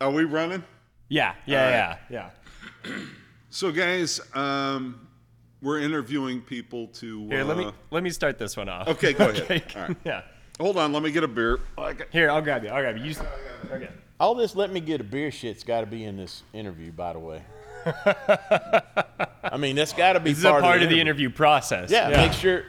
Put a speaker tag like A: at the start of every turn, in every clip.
A: Are we running?
B: Yeah, yeah, yeah, yeah.
A: So, guys, um, we're interviewing people to.
B: Here, let me
A: uh,
B: let me start this one off.
A: Okay, go ahead. All right.
B: Yeah.
A: Hold on, let me get a beer.
B: Here, I'll grab you. I'll grab you. you s- okay.
C: All this let me get a beer shit's got to be in this interview, by the way. I mean, that's got to be
B: This is a part of the
C: interview.
B: interview process.
C: Yeah, make sure.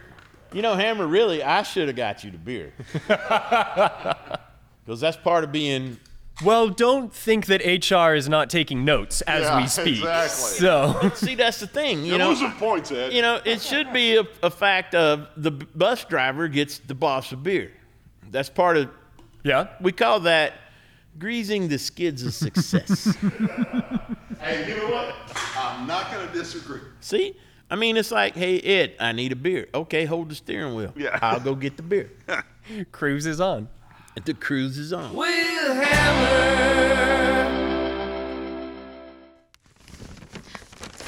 C: You know, Hammer, really, I should have got you the beer. Because that's part of being.
B: Well, don't think that HR is not taking notes as
A: Yeah,
B: we speak.
A: exactly.
B: So,
C: See, that's the thing. You
A: You're
C: know,
A: losing points, Ed.
C: you know, it should be a, a fact of the b- bus driver gets the boss a beer. That's part of.
B: yeah.
C: We call that greasing the skids of success.
A: Hey, you know what? I'm not going to disagree.
C: See, I mean, it's like, hey Ed, I need a beer. Okay, hold the steering wheel.
A: Yeah.
C: I'll go get the beer.
B: Cruise is on.
C: The cruise is on.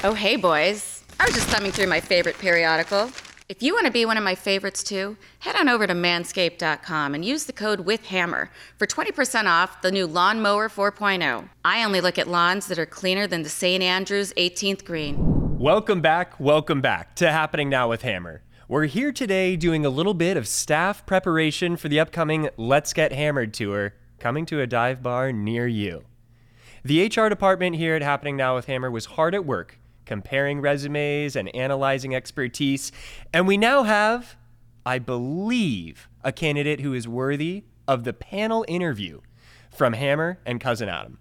D: Oh, hey, boys. I was just thumbing through my favorite periodical. If you want to be one of my favorites too, head on over to manscaped.com and use the code WITHHAMMER for 20% off the new Lawnmower 4.0. I only look at lawns that are cleaner than the St. Andrews 18th green.
B: Welcome back, welcome back to Happening Now with Hammer. We're here today doing a little bit of staff preparation for the upcoming Let's Get Hammered tour coming to a dive bar near you. The HR department here at Happening Now with Hammer was hard at work comparing resumes and analyzing expertise, and we now have, I believe, a candidate who is worthy of the panel interview from Hammer and Cousin Adam.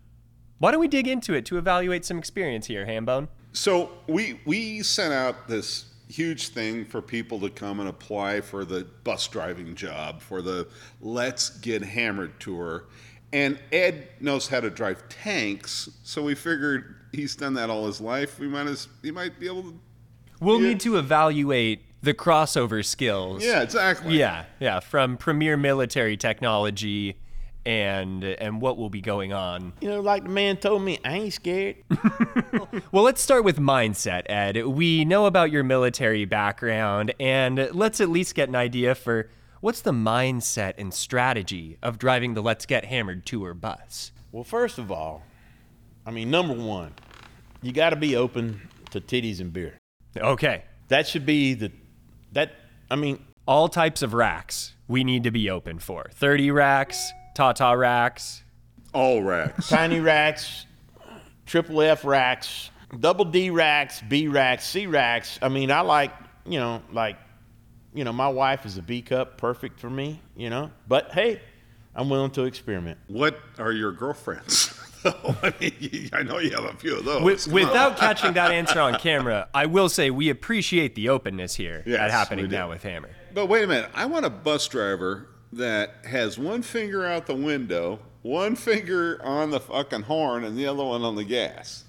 B: Why don't we dig into it to evaluate some experience here, Hambone?
A: So we we sent out this huge thing for people to come and apply for the bus driving job for the Let's Get Hammered tour. And Ed knows how to drive tanks, so we figured he's done that all his life. We might as he might be able to
B: We'll need to evaluate the crossover skills.
A: Yeah, exactly.
B: Yeah, yeah, from premier military technology and and what will be going on.
C: You know, like the man told me, I ain't scared.
B: Well, let's start with mindset, Ed. We know about your military background and let's at least get an idea for what's the mindset and strategy of driving the Let's Get Hammered tour bus.
C: Well, first of all, I mean, number one, you got to be open to titties and beer.
B: Okay.
C: That should be the that. I mean,
B: All types of racks we need to be open for. 30 racks, Tata racks.
A: All racks.
C: tiny racks, triple F racks, double D racks, B racks, C racks. I mean, I like you know, like you know, my wife is a B cup, perfect for me. You know, but hey, I'm willing to experiment.
A: what are your girlfriends? I mean, you- I know you have a few of those.
B: Wi-
A: Come on.
B: without catching that answer on camera, I will say we appreciate the openness here
A: Yes,
B: at
A: we
B: happening
A: do.
B: now with Hammer.
A: But wait a minute. I want a bus driver that has one finger out the window, one finger on the fucking horn, and the other one on the gas.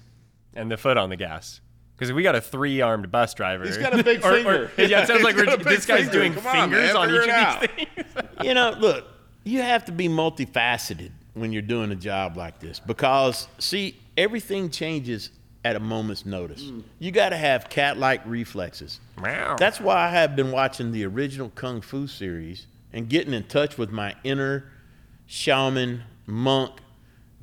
B: And the foot on the gas. Because we got a three armed bus driver. He's
A: got a big finger.
B: yeah, it sounds
A: He's
B: like we're,
A: got a big
B: this guy's
A: finger.
B: doing
A: Come on, man,
B: fingers on,
A: figure
B: each
A: it
B: of
A: out.
B: these things.
C: you know, look, you have to be multifaceted when you're doing a job like this because, see, everything changes at a moment's notice.
B: Mm.
C: You got to have cat like reflexes.
B: Meow.
C: That's why I have been watching the original Kung Fu series and getting in touch with my inner shaman, monk,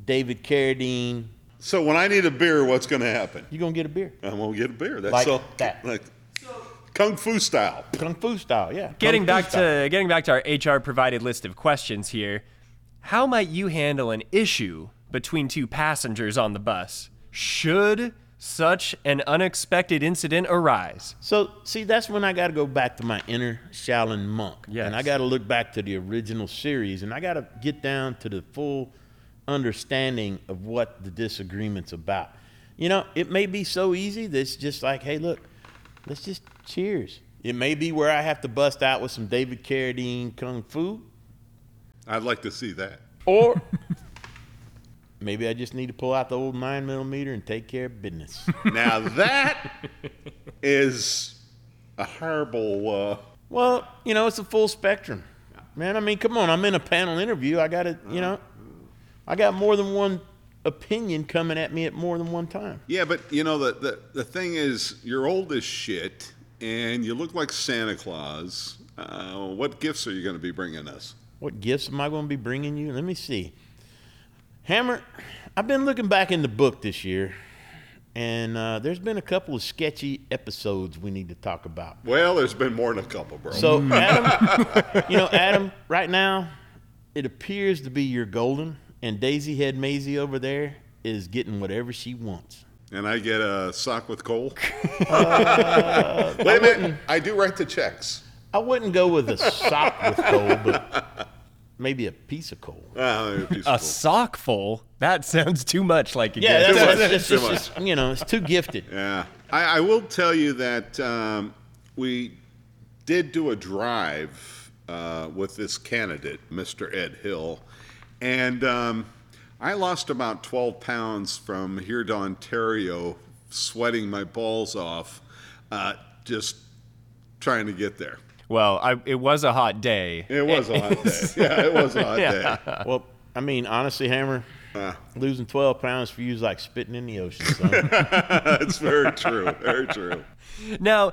C: David Carradine.
A: So when I need a beer, what's going to happen?
C: You're going to get a beer.
A: I'm going to get a beer. That's
C: Like
A: all.
C: that.
A: Like kung fu style.
C: Kung Fu style, yeah. Kung
B: Getting
C: Fu
B: back
C: style.
B: to getting back to our HR provided list of questions here. How might you handle an issue between two passengers on the bus? Should such an unexpected incident arise?
C: So, see, that's when I got to go back to my inner Shaolin monk.
B: Yes.
C: And I got to look back to the original series and I got to get down to the full understanding of what the disagreement's about. You know, it may be so easy that it's just like, hey, look, let's just cheers. It may be where I have to bust out with some David Carradine Kung Fu,
A: I'd like to see that.
C: or maybe I just need to pull out the old 9 millimeter and take care of business.
A: Now that is a horrible. Uh,
C: Well, you know, it's a full spectrum. Man, I mean, come on, I'm in a panel interview. I got to, you know, I got more than one opinion coming at me at more than one time.
A: yeah, but you know the, the the thing is, you're old as shit, and you look like Santa Claus. Uh, what gifts are you going to be bringing us?
C: What gifts am I going to be bringing you? Let me see. Hammer, I've been looking back in the book this year, and uh, there's been a couple of sketchy episodes we need to talk about.
A: Well, there's been more than a couple, bro.
C: So, Adam, you know, Adam, right now, it appears to be your golden, and Daisy Head Maisie over there is getting whatever she wants.
A: and I get a sock with coal. Wait a minute. I do write the checks.
C: I wouldn't go with a sock with coal, but maybe a piece of coal.
A: Ah, maybe a piece
B: A
A: of coal.
B: sock full? That sounds too much like a
C: Yeah,
B: gift.
C: that's,
A: much.
C: that's, that's,
A: Too
C: that's
A: much.
C: just, you know, it's too gifted.
A: Yeah. I, I will tell you that um, we did do a drive uh, with this candidate, Mr. Ed Hill, and um, I lost about 12 pounds from here to Ontario, sweating my balls off, uh, just trying to get there.
B: Well, I, it was a hot day.
A: It was a hot day. Yeah, it was a hot day.
C: Well, I mean, honestly, Hammer,
A: Uh.
C: losing 12 pounds for you is like spitting in the ocean, son.
A: That's very true. Very true.
B: Now,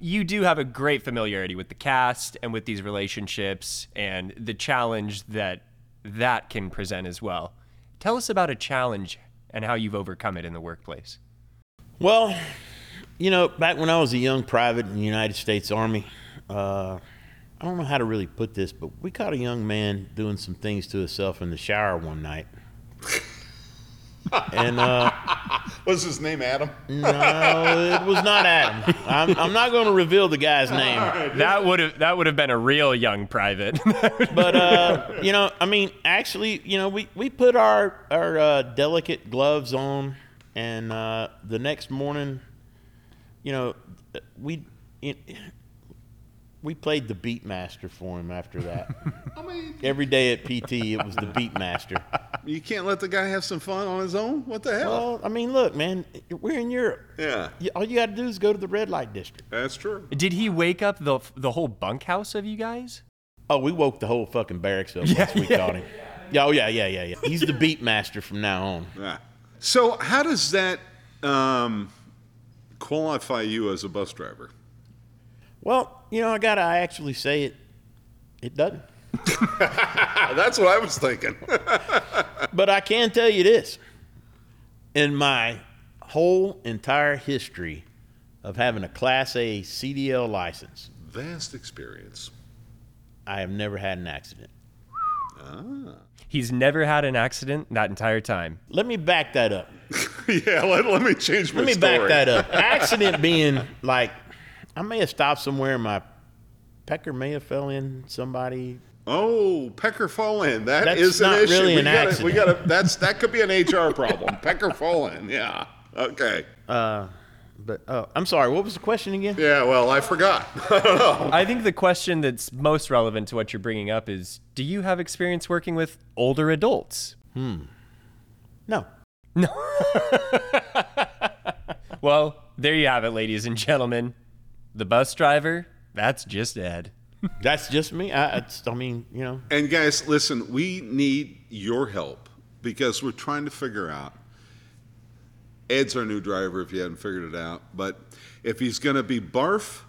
B: you do have a great familiarity with the cast and with these relationships and the challenge that that can present as well. Tell us about a challenge and how you've overcome it in the workplace.
C: well, you know, back when I was a young private in the United States Army, uh, I don't know how to really put this, but we caught a young man doing some things to himself in the shower one night. and uh,
A: Was his name Adam?
C: no, it was not Adam. I'm, I'm not going to reveal the guy's name.
B: That would have that would have been a real young private.
C: but uh, you know, I mean, actually, you know, we we put our our uh, delicate gloves on, and uh, the next morning, you know, we it, we played the beat master for him after that.
A: I mean,
C: Every day at PT, it was the beat master.
A: you can't let the guy have some fun on his own? What the hell?
C: Well, I mean, look, man, we're in Europe.
A: yeah,
C: You- All you got to do is go to the red light district.
A: that's true.
B: Did he wake up the the whole bunkhouse of you guys?
C: Oh, we woke the whole fucking barracks up once we caught him. Yeah, oh yeah, yeah, yeah, yeah. He's the beat master from now on.
A: Yeah. So, how does that um, qualify you as a bus driver?
C: Well, you know, I gotta actually say it. It doesn't.
A: Ah, That's what I was thinking.
C: But I can tell you this: in my whole entire history of having a Class A CDL license,
A: Vast experience.
C: I have never had an accident.
B: He's never had an accident that entire time.
C: Let me back that up.
A: yeah, let, let me change my
C: Let me
A: story.
C: back that up. accident being like, I may have stopped somewhere. My pecker may have fell in somebody.
A: Oh, Pecker Fallen. That
C: That's
A: is an
C: not
A: issue.
C: really
A: we
C: an
A: gotta, We
C: accident.
A: gotta, that's, that could be an HR problem. Pecker Fallen. Yeah. Okay.
C: Uh, But oh, I'm sorry. What was the question again?
A: Yeah, well, I forgot.
B: I think the question that's most relevant to what you're bringing up is do you have experience working with older adults?
C: No.
B: Well, there you have it, ladies and gentlemen. The bus driver, that's just Ed.
C: That's just me. I, I, I mean, you know.
A: And guys, listen, we need your help because we're trying to figure out. Ed's our new driver, if you hadn't figured it out. But if he's going to be Barf,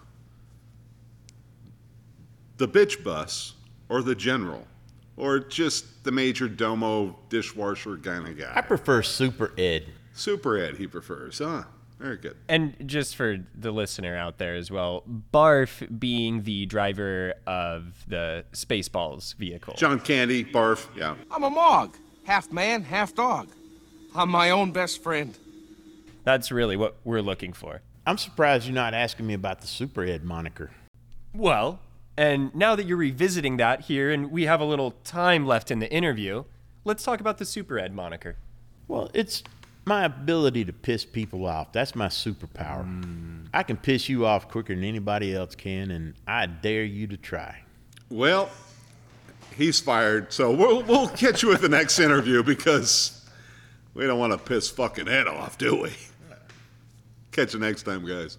A: the bitch bus, or the general, or just the major domo dishwasher kind of
C: I
A: guy.
C: prefer Super Ed.
A: Super Ed, he prefers. Huh? Very good.
B: And just for the listener out there as well, Barf being the driver of the Spaceballs vehicle.
A: John Candy, Barf, yeah.
E: I'm a Mog, half man, half dog. I'm my own best friend.
B: That's really what we're looking for.
C: I'm surprised you're not asking me about the Super Ed moniker.
B: Well, and now that you're revisiting that here and we have a little time left in the interview, let's talk about the Super Ed moniker.
C: Well, it's my ability to piss people off. That's my superpower. I can piss you off quicker than anybody else can, and I dare you to try.
A: Well, he's fired, so we'll, we'll catch you at the next interview because we don't want to piss fucking head off, do we? Catch you next time, guys.